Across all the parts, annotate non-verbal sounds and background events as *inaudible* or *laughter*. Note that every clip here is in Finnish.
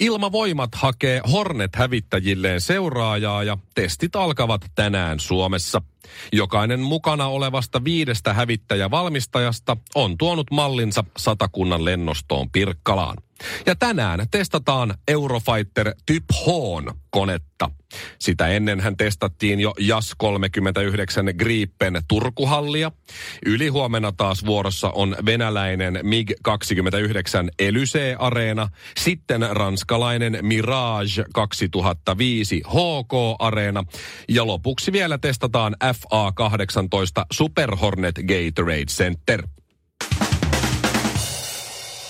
Ilmavoimat hakee Hornet-hävittäjilleen seuraajaa ja testit alkavat tänään Suomessa. Jokainen mukana olevasta viidestä hävittäjävalmistajasta on tuonut mallinsa satakunnan lennostoon Pirkkalaan. Ja tänään testataan Eurofighter Typ H konetta. Sitä ennen hän testattiin jo JAS 39 Gripen Turkuhallia. Ylihuomenna taas vuorossa on venäläinen MiG 29 Elysee Areena, sitten ranskalainen Mirage 2005 HK Areena ja lopuksi vielä testataan FA18 Super Hornet Gatorade Center.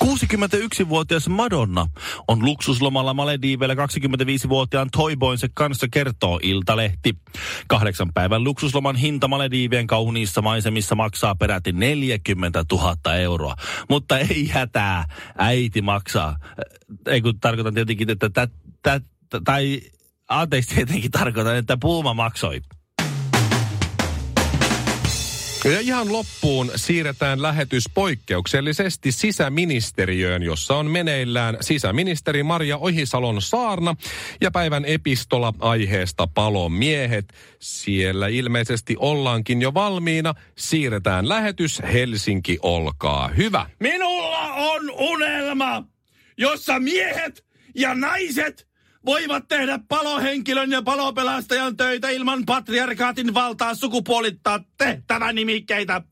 61-vuotias Madonna on luksuslomalla Malediiveillä 25-vuotiaan Toiboinsa kanssa, kertoo Iltalehti. Kahdeksan päivän luksusloman hinta Malediivien kauniissa maisemissa maksaa peräti 40 000 euroa. Mutta ei hätää, äiti maksaa. Äh, Ei kun tarkoitan tietenkin, että tä, tä, tä, tai anteeksi tietenkin tarkoitan, että Puuma maksoi. Ja ihan loppuun siirretään lähetys poikkeuksellisesti sisäministeriöön, jossa on meneillään sisäministeri Maria Ohisalon saarna ja päivän epistola aiheesta palomiehet. Siellä ilmeisesti ollaankin jo valmiina. Siirretään lähetys Helsinki, olkaa hyvä. Minulla on unelma, jossa miehet ja naiset voivat tehdä palohenkilön ja palopelastajan töitä ilman patriarkaatin valtaa sukupuolittaa tehtävänimikkeitä.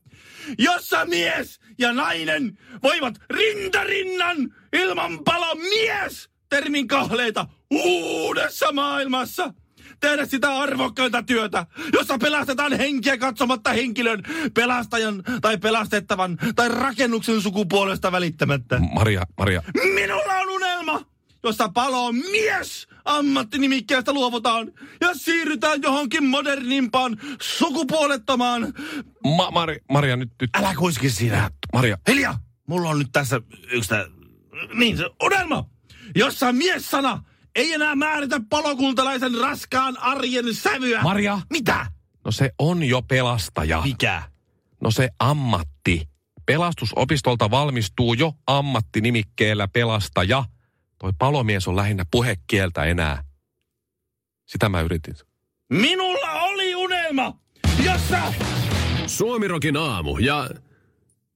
Jossa mies ja nainen voivat rintarinnan ilman palomies termin kahleita uudessa maailmassa tehdä sitä arvokkainta työtä, jossa pelastetaan henkiä katsomatta henkilön, pelastajan tai pelastettavan tai rakennuksen sukupuolesta välittämättä. Maria, Maria, Minulla on unelma, jossa palo on mies ammattinimikkeestä luovutaan ja siirrytään johonkin modernimpaan sukupuolettomaan. Ma- Mari, Maria nyt, nyt. Älä kuiski sinä. Maria, Hiljaa! Mulla on nyt tässä yksi tää, niin se unelma, jossa mies-sana ei enää määritä palokuntalaisen raskaan arjen sävyä. Maria. Mitä? No se on jo pelastaja. Mikä? No se ammatti. Pelastusopistolta valmistuu jo ammattinimikkeellä pelastaja. Toi palomies on lähinnä puhekieltä enää. Sitä mä yritin. Minulla oli unelma, jossa Suomirokin aamu ja...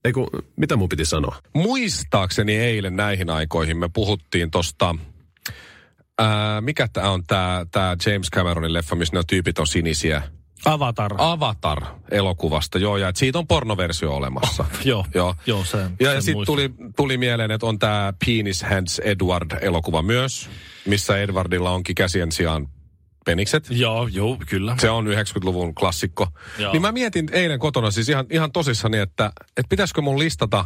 Eiku, mitä mun piti sanoa? Muistaakseni eilen näihin aikoihin me puhuttiin tosta... Ää, mikä tämä on tämä tää James Cameronin leffa, missä nämä tyypit on sinisiä? Avatar. Avatar-elokuvasta, joo, ja et siitä on pornoversio olemassa. joo, joo. joo, sen- Ja, sen ja sitten muistan. tuli, tuli mieleen, että on tämä Penis Hands Edward-elokuva myös, missä Edwardilla onkin käsien sijaan penikset. Joo, joo, kyllä. Se on 90-luvun klassikko. Joo. Joo. Niin mä mietin eilen kotona siis ihan, ihan tosissani, että, että pitäisikö mun listata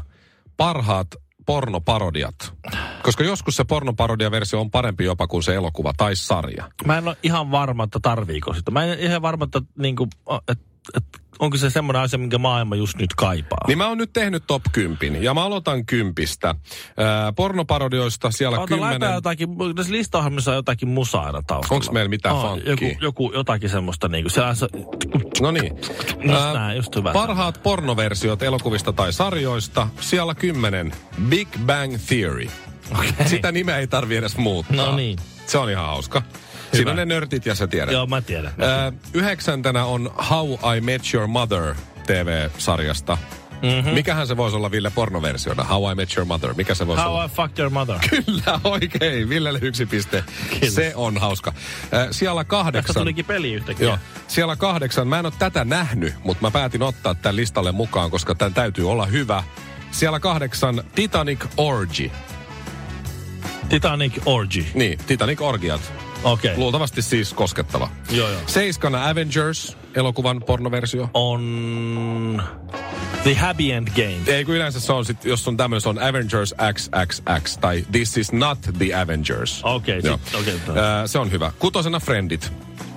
parhaat pornoparodiat. Koska joskus se pornoparodiaversio on parempi jopa kuin se elokuva tai sarja. Mä en ole ihan varma, että tarviiko sitä. Mä en ihan varma, että niinku, et, et, onko se semmoinen asia, minkä maailma just nyt kaipaa. Niin mä oon nyt tehnyt top 10 ja mä aloitan kympistä. Ää, pornoparodioista siellä Ota läpää kymmenen. jotakin, tässä listaohjelmissa on jotakin musaa aina taustalla. Onks meillä mitään on, funkia? joku, joku, jotakin semmoista niinku, se on se, No niin. Just Ää, nää, just hyvä. Parhaat pornoversiot elokuvista tai sarjoista. Siellä kymmenen. Big Bang Theory. Okei. Sitä nimeä ei tarvi edes muuttaa. No niin. Se on ihan hauska. Siinä on ne nörtit ja sä tiedät. Joo, mä tiedän. Ää, yhdeksäntenä on How I Met Your Mother TV-sarjasta. Mm-hmm. Mhm. Mikähän se voisi olla Ville pornoversiona? How I Met Your Mother. Mikä se voisi olla? How I fucked your mother. *laughs* Kyllä, oikein. Villelle yksi piste. Se on hauska. Äh, siellä Tästä kahdeksan. tulikin peli yhtäkkiä. Joo. Siellä kahdeksan. Mä en ole tätä nähnyt, mutta mä päätin ottaa tämän listalle mukaan, koska tämän täytyy olla hyvä. Siellä kahdeksan Titanic Orgy. Titanic Orgy. Niin, Titanic Orgiat. Okei. Okay. Luultavasti siis koskettava. Joo, joo. Seiskana Avengers, elokuvan pornoversio. On... The Happy End Game. Ei kun yleensä se on sit, jos on tämmöinen, se on Avengers XXX tai This is not the Avengers. Okei, sit- Joo. okei, toi. Ää, se on hyvä. Kutosena Friendit.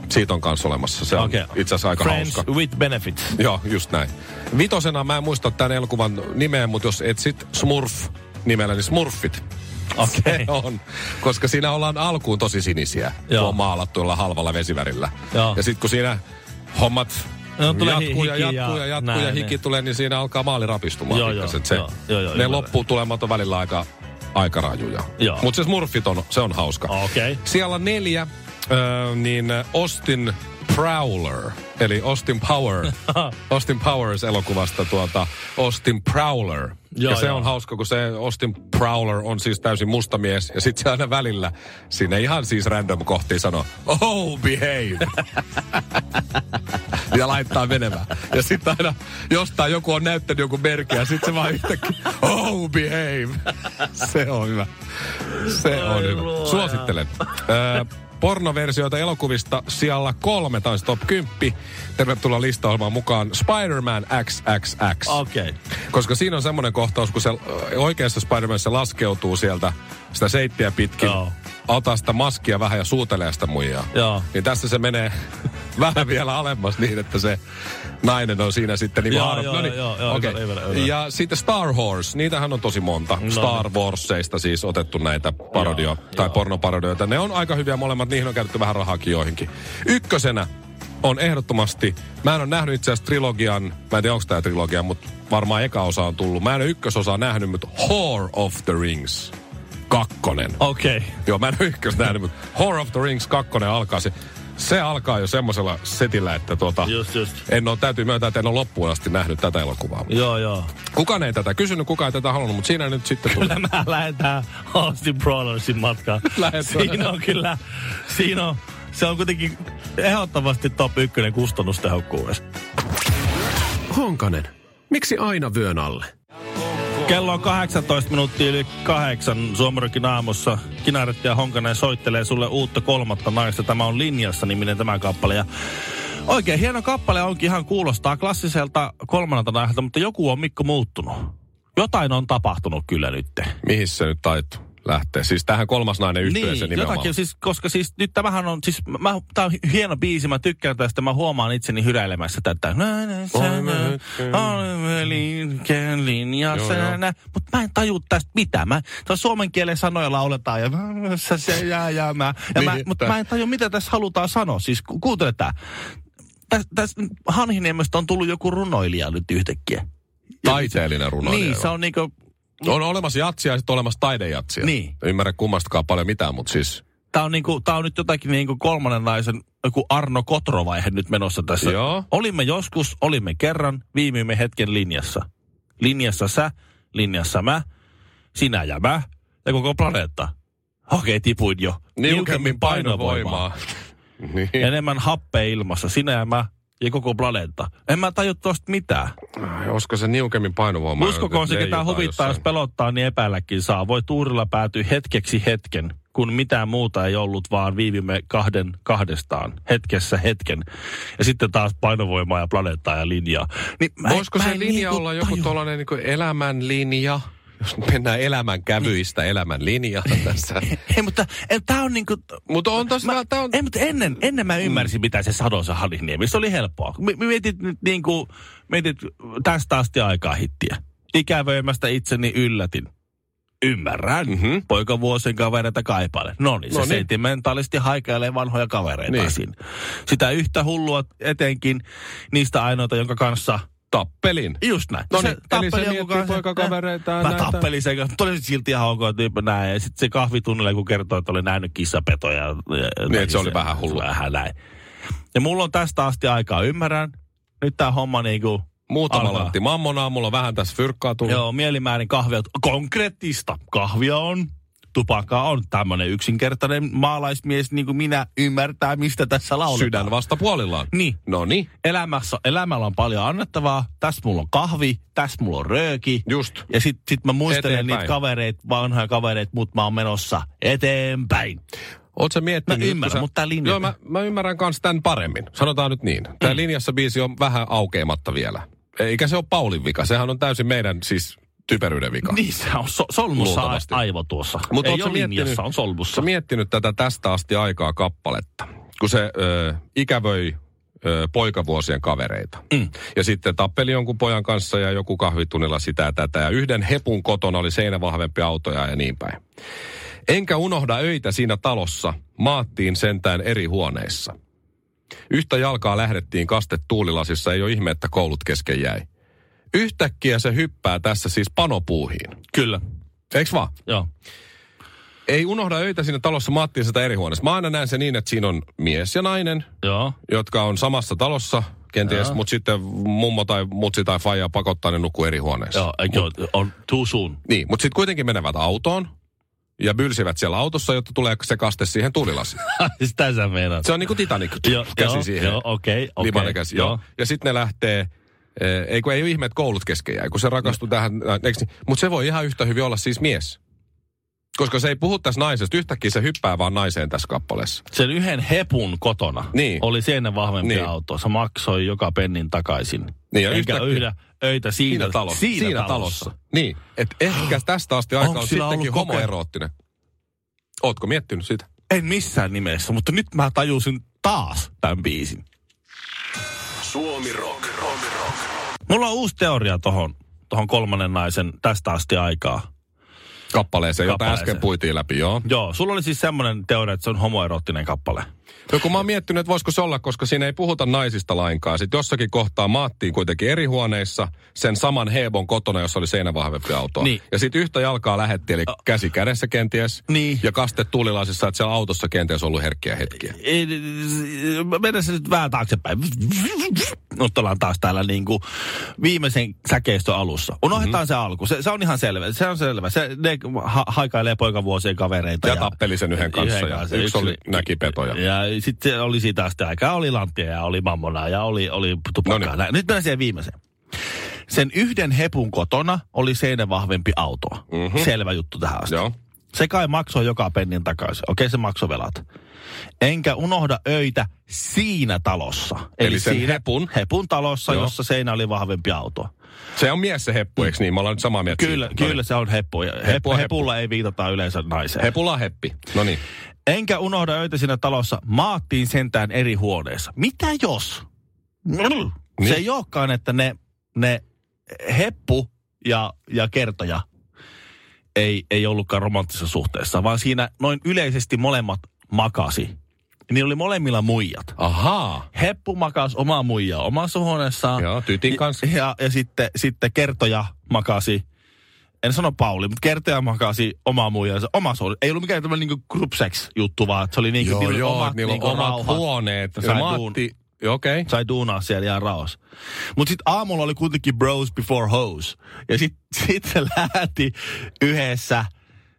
Siitä on kanssa olemassa. Se on Okei. itse asiassa aika Friends hauska. with Benefits. Joo, just näin. Vitosena, mä en muista tämän elokuvan nimeä, mutta jos etsit Smurf nimellä, niin Smurfit. Okei. *laughs* Se on, koska siinä ollaan alkuun tosi sinisiä. Joo. Joo. maalattuilla halvalla vesivärillä. Joo. Ja sitten kun siinä hommat No, tulee jatkuu ja hiki ja- jatkuu ja jatkuu näin, ja hiki niin. tulee, niin siinä alkaa maali rapistumaan. Joo, pikkasen. joo, se, joo, joo, joo, ne ymmärrän. lopputulemat on välillä aika, aika rajuja. Joo. Mutta se Smurfit on, se on hauska. Okei. Okay. Siellä neljä, öö, niin Austin Prowler, eli Austin *laughs* Power, Austin Powers elokuvasta tuota Austin Prowler. Joo, ja se joo. on hauska, kun se Austin Prowler on siis täysin musta mies, ja sitten se aina välillä sinne ihan siis random kohtiin sanoo, oh behave. *laughs* ja laittaa menemään. Ja sitten aina jostain joku on näyttänyt joku merkkiä, ja sitten se vaan yhtäkkiä, oh behave. *laughs* se on hyvä. Se on hyvä. luoja. Suosittelen. Öö, pornoversioita elokuvista siellä kolme, taisi top 10. Tervetuloa listaohjelmaan mukaan Spider-Man XXX. Okei. Okay. Koska siinä on semmoinen kohtaus, kun se ö, oikeassa Spider-Man se laskeutuu sieltä sitä seittiä pitkin. Joo. Ota sitä maskia vähän ja suutelee sitä muijaa. Joo. Niin tässä se menee *laughs* vähän vielä alemmas niin, että se nainen on siinä sitten niin Joo, haara- joo, no niin, joo, joo, okei. ymmärrän, ymmärrän. Ja sitten Star Horse, niitähän on tosi monta. No, Star Warsseista siis otettu näitä parodio- joo, tai pornoparodioita. Ne on aika hyviä molemmat, niihin on käytetty vähän rahaakin joihinkin. Ykkösenä on ehdottomasti, mä en ole nähnyt itse asiassa trilogian, mä en tiedä onko tämä trilogia, mutta varmaan eka osa on tullut. Mä en ole ykkösosaa nähnyt, mutta Whore of the Rings. Kakkonen. Okei. Joo, mä en ole ykköstä nähnyt, mutta Horror of the Rings 2 alkaa se. Se alkaa jo semmoisella setillä, että tuota, Just, just. en ole, täytyy myöntää, että en ole loppuun asti nähnyt tätä elokuvaa. Joo, joo. Kukaan ei tätä kysynyt, kukaan ei tätä halunnut, mutta siinä nyt sitten tuli. Kyllä mä lähetään Austin Brawlersin *laughs* matkaan. Lähet. siinä on kyllä, siinä on, se on kuitenkin ehdottomasti top ykkönen kustannustehokkuudessa. Honkanen, miksi aina vyön alle? Kello on 18 minuuttia yli kahdeksan Suomarokin aamussa. Kinaret ja Honkanen soittelee sulle uutta kolmatta naista. Tämä on linjassa niminen tämä kappale. Ja oikein hieno kappale onkin ihan kuulostaa klassiselta kolmannelta naiselta, mutta joku on Mikko muuttunut. Jotain on tapahtunut kyllä nytte. Mihin se nyt taitu lähtee? Siis tähän kolmas nainen yhteensä niin, nimenomaan. jotakin, siis, koska siis nyt tämähän on, siis mä, tää on hieno biisi, mä tykkään tästä, mä huomaan itseni hyräilemässä tätä. Nä, nä, sä, nä, olemme liikkeen linjassa, Joo, joo. nä, nä. mut mä en taju tästä mitään. Mä, tää suomen kielen sanoja lauletaan ja mä- sä se jää, jää, mä. Ja mä, Niin, mut tää- mä en taju, mitä tässä halutaan sanoa. Siis ku, kuuntele tää. Tässä täs, Hanhiniemestä on tullut joku runoilija nyt yhtäkkiä. Taiteellinen runoilija. niin, joo. se on niinku, on olemassa jatsia ja sitten olemassa taidejatsia. Niin. En Ymmärrä kummastakaan paljon mitään, mutta siis... Tää on, niinku, tää on nyt jotakin niinku kolmannen naisen, joku Arno Kotrovaihe nyt menossa tässä. Joo. Olimme joskus, olimme kerran, viimyimme hetken linjassa. Linjassa sä, linjassa mä, sinä ja mä ja koko planeetta. Okei, tipuin jo. niin. Enemmän happea ilmassa, sinä ja mä ja koko planeetta. En mä taju tosta mitään. Ai, Olisiko se niukemmin painovoimaa? Uskokoon se, ketä Leijutaan huvittaa, jos jossain. pelottaa, niin epäilläkin saa. Voi tuurilla päätyä hetkeksi hetken, kun mitään muuta ei ollut, vaan viivimme kahden kahdestaan, hetkessä hetken. Ja sitten taas painovoimaa ja planeettaa ja linjaa. Niin mä en- Voisiko mä se en linja niinku olla joku tajua. tuollainen niin elämän linja? Jos mennään elämän kävyistä Niin. elämän linjaa *laughs* tässä. Ei, mutta tämä on niinku... Mutta on tässä, Mä, tää on... ei, mutta ennen, ennen mä ymmärsin, mitä se sanoi se Halihniemi. Se oli helppoa. M- m- mietit nyt niinku, mietit tästä asti aikaa hittiä. Ikävöimästä itseni yllätin. Ymmärrän. Mhm. Poika vuosien kavereita kaipaile. No niin, se Noniin. sentimentalisti haikailee vanhoja kavereita Niin. niin. Sitä yhtä hullua etenkin niistä ainoita, jonka kanssa Tappelin. Just näin. No niin, eli se tappeli miettii poikakavereitaan Mä näitä. tappelin sen kanssa. Tuli silti ihan ok tyyppi näin. Ja sitten se kahvitunnilla, kun kertoi, että oli nähnyt kissapetoja. ja- ja- Niin, että se oli vähän hullu. Vähän näin. Ja mulla on tästä asti aikaa, ymmärrän. Nyt tää homma niinku... Muutama alkaa. lantti mammonaa, mulla on vähän tässä fyrkkaa tullut. Joo, mielimäärin kahvia. Konkreettista. Kahvia on. Tupakaa on. Tämmönen yksinkertainen maalaismies, niin kuin minä, ymmärtää, mistä tässä lauletaan. Sydän vastapuolillaan. Niin. No niin. Elämässä, elämällä on paljon annettavaa. Tässä mulla on kahvi, tässä mulla on rööki. Just. Ja sit, sit mä muistelen Eteenpäin. eteenpäin. niitä kavereita, vanhoja kavereita, mutta mä oon menossa eteenpäin. Oot sä miettinyt? Mä nyt, ymmärrän, kun sä... mutta tää linja- Mm. Joo, mä, mä ymmärrän kans tän paremmin. Sanotaan nyt niin. Tää linjassa biisi on vähän aukeamatta vielä. Eikä se ole Paulin vika, sehän on täysin meidän siis typeryyden vika. Niin se on so, solmussa a- Luultavasti. aivo tuossa. Mut Ei ootko ole linjassa, miettinyt- on Sä solmussa. miettinyt tätä tästä asti aikaa kappaletta, kun se ö, ikävöi ö, poikavuosien kavereita. Mm. Ja sitten tappeli jonkun pojan kanssa ja joku kahvitunnilla sitä ja tätä. Ja yhden hepun kotona oli seinävahvempi autoja ja niin päin. Enkä unohda öitä siinä talossa. Maattiin sentään eri huoneissa. Yhtä jalkaa lähdettiin kaste tuulilasissa, ei ole ihme, että koulut kesken jäi. Yhtäkkiä se hyppää tässä siis panopuuhiin. Kyllä, Eiks vaan? joo. Ei unohda öitä siinä talossa Mattiin sitä eri huoneessa. Mä aina näen se niin, että siinä on mies ja nainen, Joo, jotka on samassa talossa kenties, mutta sitten mummo tai mutsi tai faija pakottaa ne nukkuu eri huoneessa. joo, ei, joo, on *laughs* too soon. Niin, mutta sitten kuitenkin menevät autoon ja bylsivät siellä autossa, jotta tulee se kaste siihen tulilasiin. Sitä sä *laughs* meinaat. Se on niin kuin Titanic, *laughs* Joo, käsi joo, siihen. joo, okei, okei, Limainen käsi, joo. joo. Ja sitten ne lähtee, eh, ei kun ei ole ihme, että koulut kesken jäi, kun se Mm. rakastui tähän, mutta se voi ihan yhtä hyvin olla siis mies. Koska se ei puhu tässä naisesta, yhtäkkiä se hyppää vaan naiseen tässä kappaleessa. Sen yhden hepun kotona Niin. oli sen vahvempi Niin. niin. auto. Se maksoi joka pennin takaisin. Niin, ja Enkä yhtäkkiä- yhdä öitä siinä, Siinä talossa. Siinä, talossa. Niin, että ehkä tästä asti aika Onko on sillä sittenkin ollut koke- homoeroottinen. Ootko miettinyt sitä? En missään nimessä, mutta nyt mä tajusin taas tämän biisin. Suomi Rock. rock, rock. Mulla on uusi teoria tohon, tohon kolmannen naisen tästä asti aikaa. Kappaleeseen, jota Kappaleeseen. äsken puitiin läpi, joo. Joo, sulla oli siis semmoinen teoria, että se on homoeroottinen kappale. No kun mä oon miettinyt, että voisiko se olla, koska siinä ei puhuta naisista lainkaan. Sitten jossakin kohtaa maattiin kuitenkin eri huoneissa sen saman Hebon kotona, jossa oli seinävahvempi auto. Niin. Ja sitten yhtä jalkaa lähetti, eli käsi kädessä kenties. Niin. Ja kaste tuulilaisissa, että siellä autossa kenties ollut herkkiä hetkiä. Ei, Mennään se nyt vähän taaksepäin. Nyt ollaan taas täällä niin kuin viimeisen säkeistön alussa. Unohdetaan Mhm. mm-hmm. se alku. Se, se, on ihan selvä. Se on selvä. Se, ne ha- haikailee poikavuosien kavereita. Ja tappeli sen yhden kanssa ja yksi oli- näki petoja. Ja sitten oli siitä asti aikaa. Oli lanttia ja oli mammonaa ja oli, oli tupakkaa. Noniin. Noniin. Nyt mennään siihen viimeiseen. Sen yhden hepun kotona oli seinä vahvempi auto. Mm-hmm. Selvä juttu tähän asti. Mhm. Joo. Se kai maksoi joka pennin takaisin. Okei, se maksoi velat. Enkä unohda öitä siinä talossa. Eli sen siinä hepun? Hepun talossa, Joo. Joo. jossa seinä oli vahvempi auto. Se on mies se heppu, eikö niin? Me ollaan nyt samaa mieltä. Kyllä, siitä. kyllä se on heppu. Ja Hep, Heppu on hepulla ei viitata yleensä naiseen. Hepula heppi. No niin. Enkä unohda öitä siinä talossa. Maattiin sentään eri huoneessa. Mitä jos? Niin. Se ei olekaan, että ne, ne heppu ja, ja kertoja ei, ei ollutkaan romanttisessa suhteessa, vaan siinä noin yleisesti molemmat makasi. Niillä oli molemmilla muijat. Ahaa. Heppu makas omaa muijaa omassa huoneessaan. Joo, tytin kanssa. Ja, ja sitten, sitten kertoja makasi, en sano Pauli, mutta kertoja makasi omaa muijansa omassa huoneessa. Ei ollut mikään tämmöinen niinku group sex juttu, vaan se oli niinku, Joo, oli joo, omat, Niin niillä on niinku omat rauhat. huoneet. Se Sai Matti, joo, okei. Okay. Sai duunaa siellä ihan raos. Mutta sitten aamulla oli kuitenkin bros before hoes. Ja sitten sit *laughs* se lähti yhdessä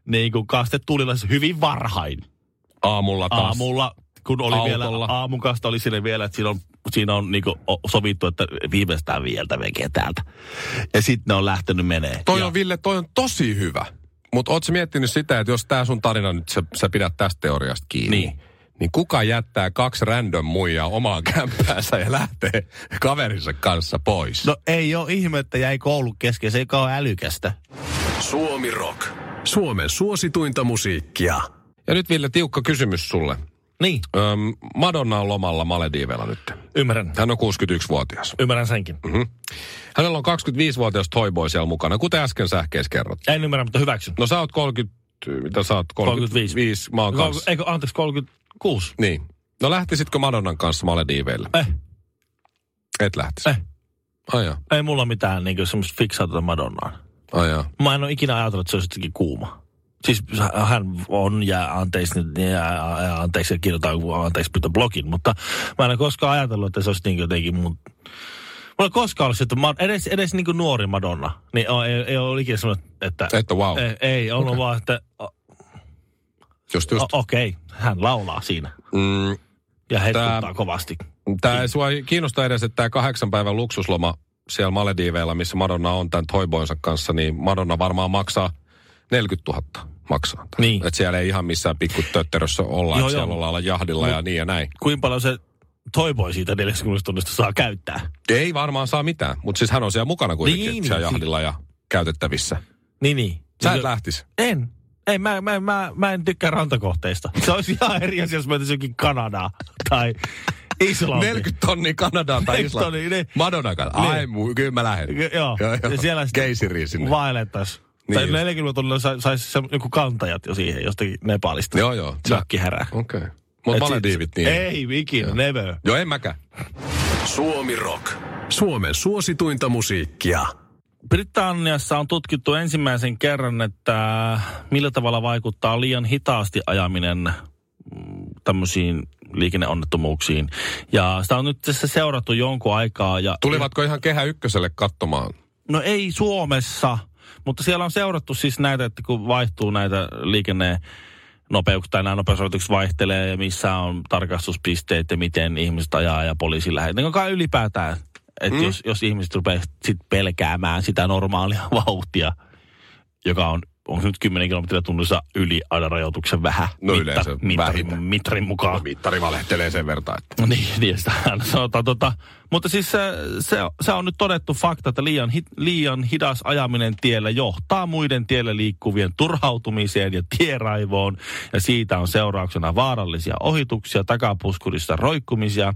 niinku kastetulilla hyvin varhain Aamulla taas. aamulla, kun oli Autolla. vielä, aamukasta oli sille vielä, että siinä on, siinä on niinku o- sovittu, että viimeistään viieltä vekeä täältä. Ja sitten ne on lähtenyt menee. Toi ja, on, Ville, toi on tosi hyvä. Mutta ootko miettinyt sitä, että jos tää sun tarina nyt, sä, sä pidät tästä teoriasta kiinni. Niin. Niin kuka jättää kaksi random muijaa omaan kämppäänsä ja lähtee kaverinsa kanssa pois? No ei ole ihme, että jäi koulu kesken, se ei ole älykästä. Suomi Rock. Suomen suosituinta musiikkia. Ja nyt Ville, tiukka kysymys sulle. Niin, Öm, Madonna on lomalla Malediiveilla nyt. ymmärrän. Hän on 61-vuotias. Ymmärrän senkin. Mm-hmm. Hänellä on 25-vuotias toiboi siellä mukana, kuten äsken sähkeessä kerrot. En ymmärrä, mutta hyväksyn. No sä oot 30, mitä sä oot? 35 35. mä oon kanssa. Eikö, anteeksi, 36? Niin. No lähtisitkö Madonnan kanssa Malediiveille? Eh, Et lähtisi. eh. Ai jaa, Ei mulla mitään niin semmoista fiksaatuta Madonnaan. ai jaa. Mä en ole ikinä ajatellut, että se olisi jotenkin kuuma. Siis hän on, ja anteeksi nyt, ja, ja anteeksi, ja kirjoittaa joku anteeksi pitää blogin, mutta mä en ole koskaan ajatellut, että se olisi niin jotenkin mun... Mulla ei koskaan ollut se, että mä, edes, edes niin nuori Madonna, niin on- ei, ei ole ikinä sanonut, että... Että wow. Ei, ei ollut okay. vaan, että o- Just just. o- okei, okay, hän laulaa siinä. Mm, Ja hetkuttaa Tää... kovasti. Tämä ei sua kiinnosta edes, että tämä kahdeksan päivän luksusloma siellä Malediiveilla, missä Madonna on tämän toiboinsa kanssa, niin Madonna varmaan maksaa 40 000 maksaa. tää. Niin. Et siellä ei ihan missään pikku tötterössä olla, Joo, että joo. siellä ollaan jahdilla ja niin ja näin. Kuinka paljon se toivoi siitä 40 tunnista saa käyttää. Ei varmaan saa mitään, mutta siis hän on siellä mukana kuitenkin Niin, niin, siellä niin. jahdilla ja käytettävissä. Niin, niin. Sä Niin et se- lähtis. En. Ei, mä, mä, mä, mä en tykkää rantakohteista. Se olisi ihan eri asia, jos mä mentäisin jokin Kanadaan tai Islantiin. 40 tonnia Kanadaan tai 40 tonnia, Islantiin. niin. Madonna kanssa. Ai, Niin. mu- kyllä mä lähden. Ky- Joo. Ja siellä sitten Keisiriin sinne. vaellettaisiin. Niin Niin tai just. 40 tunnilla sa- saisi se, joku kantajat jo siihen jostakin Nepalista. Joo, joo. Sä- Jakki härää. Okei. Okay. Mutta Et sit- Malediivit niin. Ei, ikinä, never. Joo, en mäkään. Suomi Rock. Suomen suosituinta musiikkia. Britanniassa on tutkittu ensimmäisen kerran, että millä tavalla vaikuttaa liian hitaasti ajaminen mm, tämmöisiin liikenneonnettomuuksiin. Ja sitä on nyt tässä seurattu jonkun aikaa. Ja Tulivatko ihan Kehä Ykköselle katsomaan? No ei Suomessa, mutta siellä on seurattu siis näitä, että kun vaihtuu näitä liikenne nopeuksia tai nämä nopeusrajoitukset vaihtelee ja missä on tarkastuspisteet ja miten ihmiset ajaa ja poliisi lähettää. Niin kai ylipäätään, että mm. jos, jos ihmiset rupeaa sit pelkäämään sitä normaalia *laughs* vauhtia, joka on, onko se nyt 10 kilometriä tunnissa yli aina rajoituksen vähän? No yleensä vähintään. mitrin, mitrin mukaan. Mittari valehtelee sen verran, että... No Niin, *laughs* niin sitä aina sanotaan. Tota, mutta siis se, se, se on nyt todettu fakta, että liian, hi, liian hidas ajaminen tiellä johtaa muiden tiellä liikkuvien turhautumiseen ja tieraivoon. Ja siitä on seurauksena vaarallisia ohituksia, takapuskurissa roikkumisia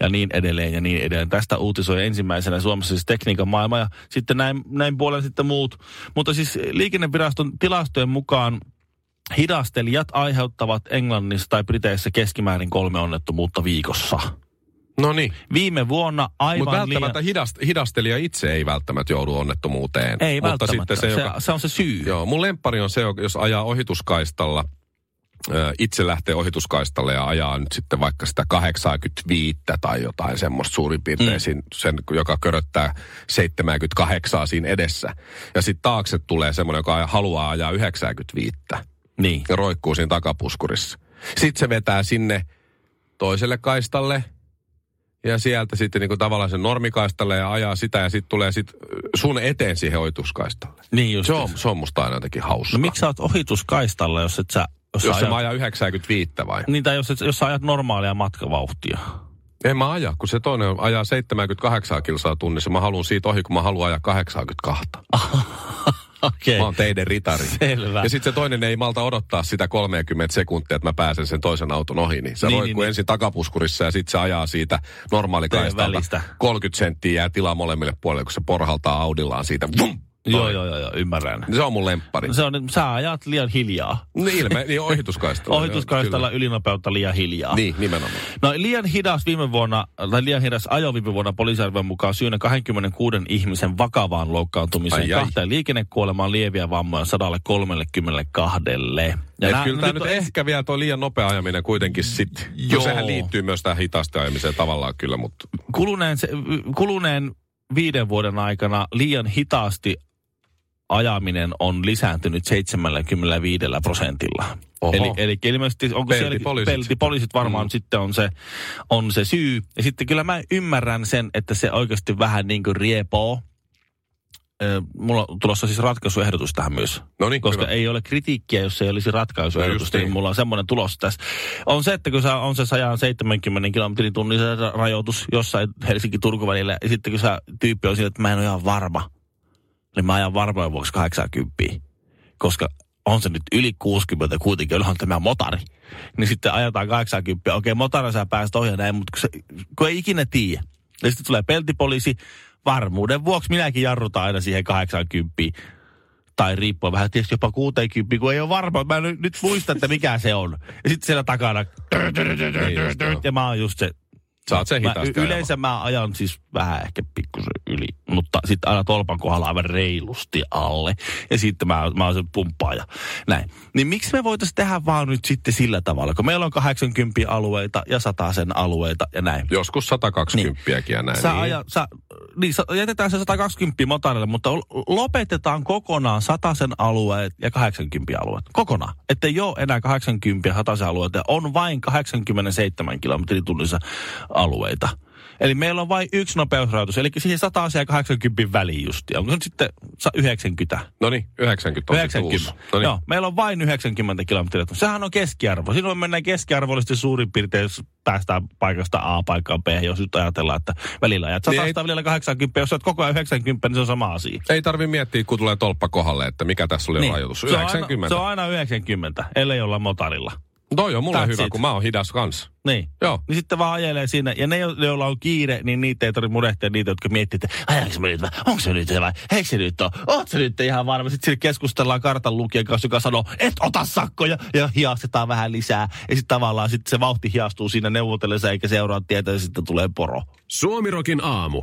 ja niin edelleen ja niin edelleen. Tästä uutisoi ensimmäisenä Suomessa siis tekniikan maailma ja sitten näin, näin puolen sitten muut. Mutta siis liikenneviraston tilastojen mukaan hidastelijat aiheuttavat Englannissa tai Briteissä keskimäärin kolme onnettomuutta viikossa. No niin. Viime vuonna aivan Mutta liian... välttämättä hidast, hidastelija itse ei välttämättä joudu onnettomuuteen. Ei Mutta välttämättä. Sitten se, joka, se, se on se syy. Joo, mun lemppari on se, jos ajaa ohituskaistalla, ö, itse lähtee ohituskaistalle ja ajaa nyt sitten vaikka sitä 85 tai jotain semmoista suurin piirtein, mm. sin, sen, joka köröttää 78 siinä edessä. Ja sitten taakse tulee semmoinen, joka aja- haluaa ajaa 95 Niin. ja roikkuu siinä takapuskurissa. Sitten se vetää sinne toiselle kaistalle ja sieltä sitten niinku tavallaan sen normikaistalle ja ajaa sitä ja sitten tulee sit sun eteen siihen ohituskaistalle. Niin just. Se on, se on musta aina jotenkin hauska. No miksi sä oot ohituskaistalla, jos et sä... Jos, Jos sä ajat... No, ajat, mä ajan 95 vai? Niin, tai jos, et, jos sä ajat normaalia matkavauhtia. En mä aja, kun se toinen ajaa 78 kilsaa tunnissa. Mä haluan siitä ohi, kun mä haluan ajaa 82. Okei. Mä oon teidän ritari. *laughs* Selvä. Ja sitten se toinen ei malta odottaa sitä 30 sekuntia, että mä pääsen sen toisen auton ohi. Niin se Niin, niin, roikkuu niin, ensin takapuskurissa ja sitten se ajaa siitä välistä. normaalikaistalta. 30 senttiä jää tilaa molemmille puolille, kun se porhaltaa Audillaan siitä. Vum! Joo, joo, joo, joo, ymmärrän. Se on mun lemppari. No Se on, että sä ajat liian hiljaa. No, ilme, niin ohituskaistalla. *laughs* Ohituskaistalla ylinopeutta liian hiljaa. Kyllä. Niin, nimenomaan. No liian hidas viime vuonna, tai liian hidas ajo viime vuonna poliisarvion mukaan syynä 26 ihmisen vakavaan loukkaantumiseen, Ai, ai, ai. kahteen liikennekuolemaan, lieviä vammoja 132. Ja Ja Et nää- kyllä tämä nyt on- ehkä vielä tuo liian nopea ajaminen kuitenkin sitten. Joo. Joo. Sehän liittyy myös tähän hitaasti ajamiseen tavallaan kyllä, mutta kuluneen, se- kuluneen viiden vuoden aikana liian hitaasti ajaminen on lisääntynyt 75 prosentilla. Oho. Eli, eli ilmeisesti onko Peltipoliisit. siellä, peltipoliisit varmaan mm. sitten on se, on se syy. Ja sitten kyllä mä ymmärrän sen, että se oikeasti vähän niin kuin riepoo. Ö, Mulla on tulossa siis ratkaisuehdotus tähän myös. No niin, koska hyvä. ei ole kritiikkiä, jos ei olisi No just ratkaisuehdotusta, niin. niin. niin mulla on semmoinen tulos tässä. On se, että kun sä, on se 170 kilometrin tunnin se ra- rajoitus jossain Helsinki-Turku välillä, ja sitten kun sä tyyppi on sillä, että mä en ole ihan varma, niin mä ajan varmoja vuoksi 80, koska on se nyt yli 60 kuitenkin, olihan tämä motari. Niin sitten ajetaan 80, okei motari sä pääset ohi ja näin, mutta kun, se, kun ei ikinä tiedä. Ja sitten tulee peltipoliisi, varmuuden vuoksi minäkin jarrutan aina siihen 80 tai riippuen vähän tietysti jopa 60, kun ei ole varma. Mä en nyt- nyt muista, että mikä se on. Ja sitten siellä takana, ja mä oon Niin just se. sä oot sen Mä, hitaasti y- yleensä mä ajan siis vähän ehkä pikkusen yli, mutta sitten aina tolpan kohdalla aivan reilusti alle. Ja sitten mä, mä oon se pumppaaja. Näin. Niin miksi me voitaisiin tehdä vaan nyt sitten sillä tavalla, kun meillä on 80 alueita ja 100 sen alueita ja näin. Joskus 120 niin. ja näin. Sä niin. aja, sä, niin, sa- jätetään se 120 motarille, mutta l- lopetetaan kokonaan sen alueet ja 80 alueet. Kokonaan. Että ei ole enää 80 ja 100 alueita. On vain 87 kilometrin tunnissa alueita. Eli meillä on vain yksi nopeusrajoitus, eli siihen 100 ja 80 väliin justiin. Onko se nyt sitten sa- 90? No niin, 90 on 90. No niin. Joo, meillä on vain 90 kilometriä. Sehän on keskiarvo. Silloin mennään keskiarvollisesti suurin piirtein, jos päästään paikasta A paikkaan B, jos nyt ajatellaan, että välillä ajat 100, Niin ei- välillä 80. Jos olet koko ajan 90, niin se on sama asia. Ei tarvi miettiä, kun tulee tolppa kohdalle, että mikä tässä oli rajoitus. Niin. Se on aina- 90. Se on aina 90, ellei olla motarilla. Toi on mulle That's hyvä, it. kun mä oon hidas kans. Niin. Joo. Niin sitten vaan ajelee siinä. Ja ne, jo- joilla on kiire, niin niitä ei tarvitse murehtia niitä, jotka miettii, että ajanko mä nyt vai onko se nyt vai eikö se nyt ole? Oot se nyt ihan varma? Sitten siellä keskustellaan kartan lukijan kanssa, joka sanoo, et ota sakkoja ja hiastetaan vähän lisää. Ja sitten tavallaan sitten se vauhti hiastuu siinä neuvotellessa eikä seuraa tietä ja sitten tulee poro. Suomirokin aamu.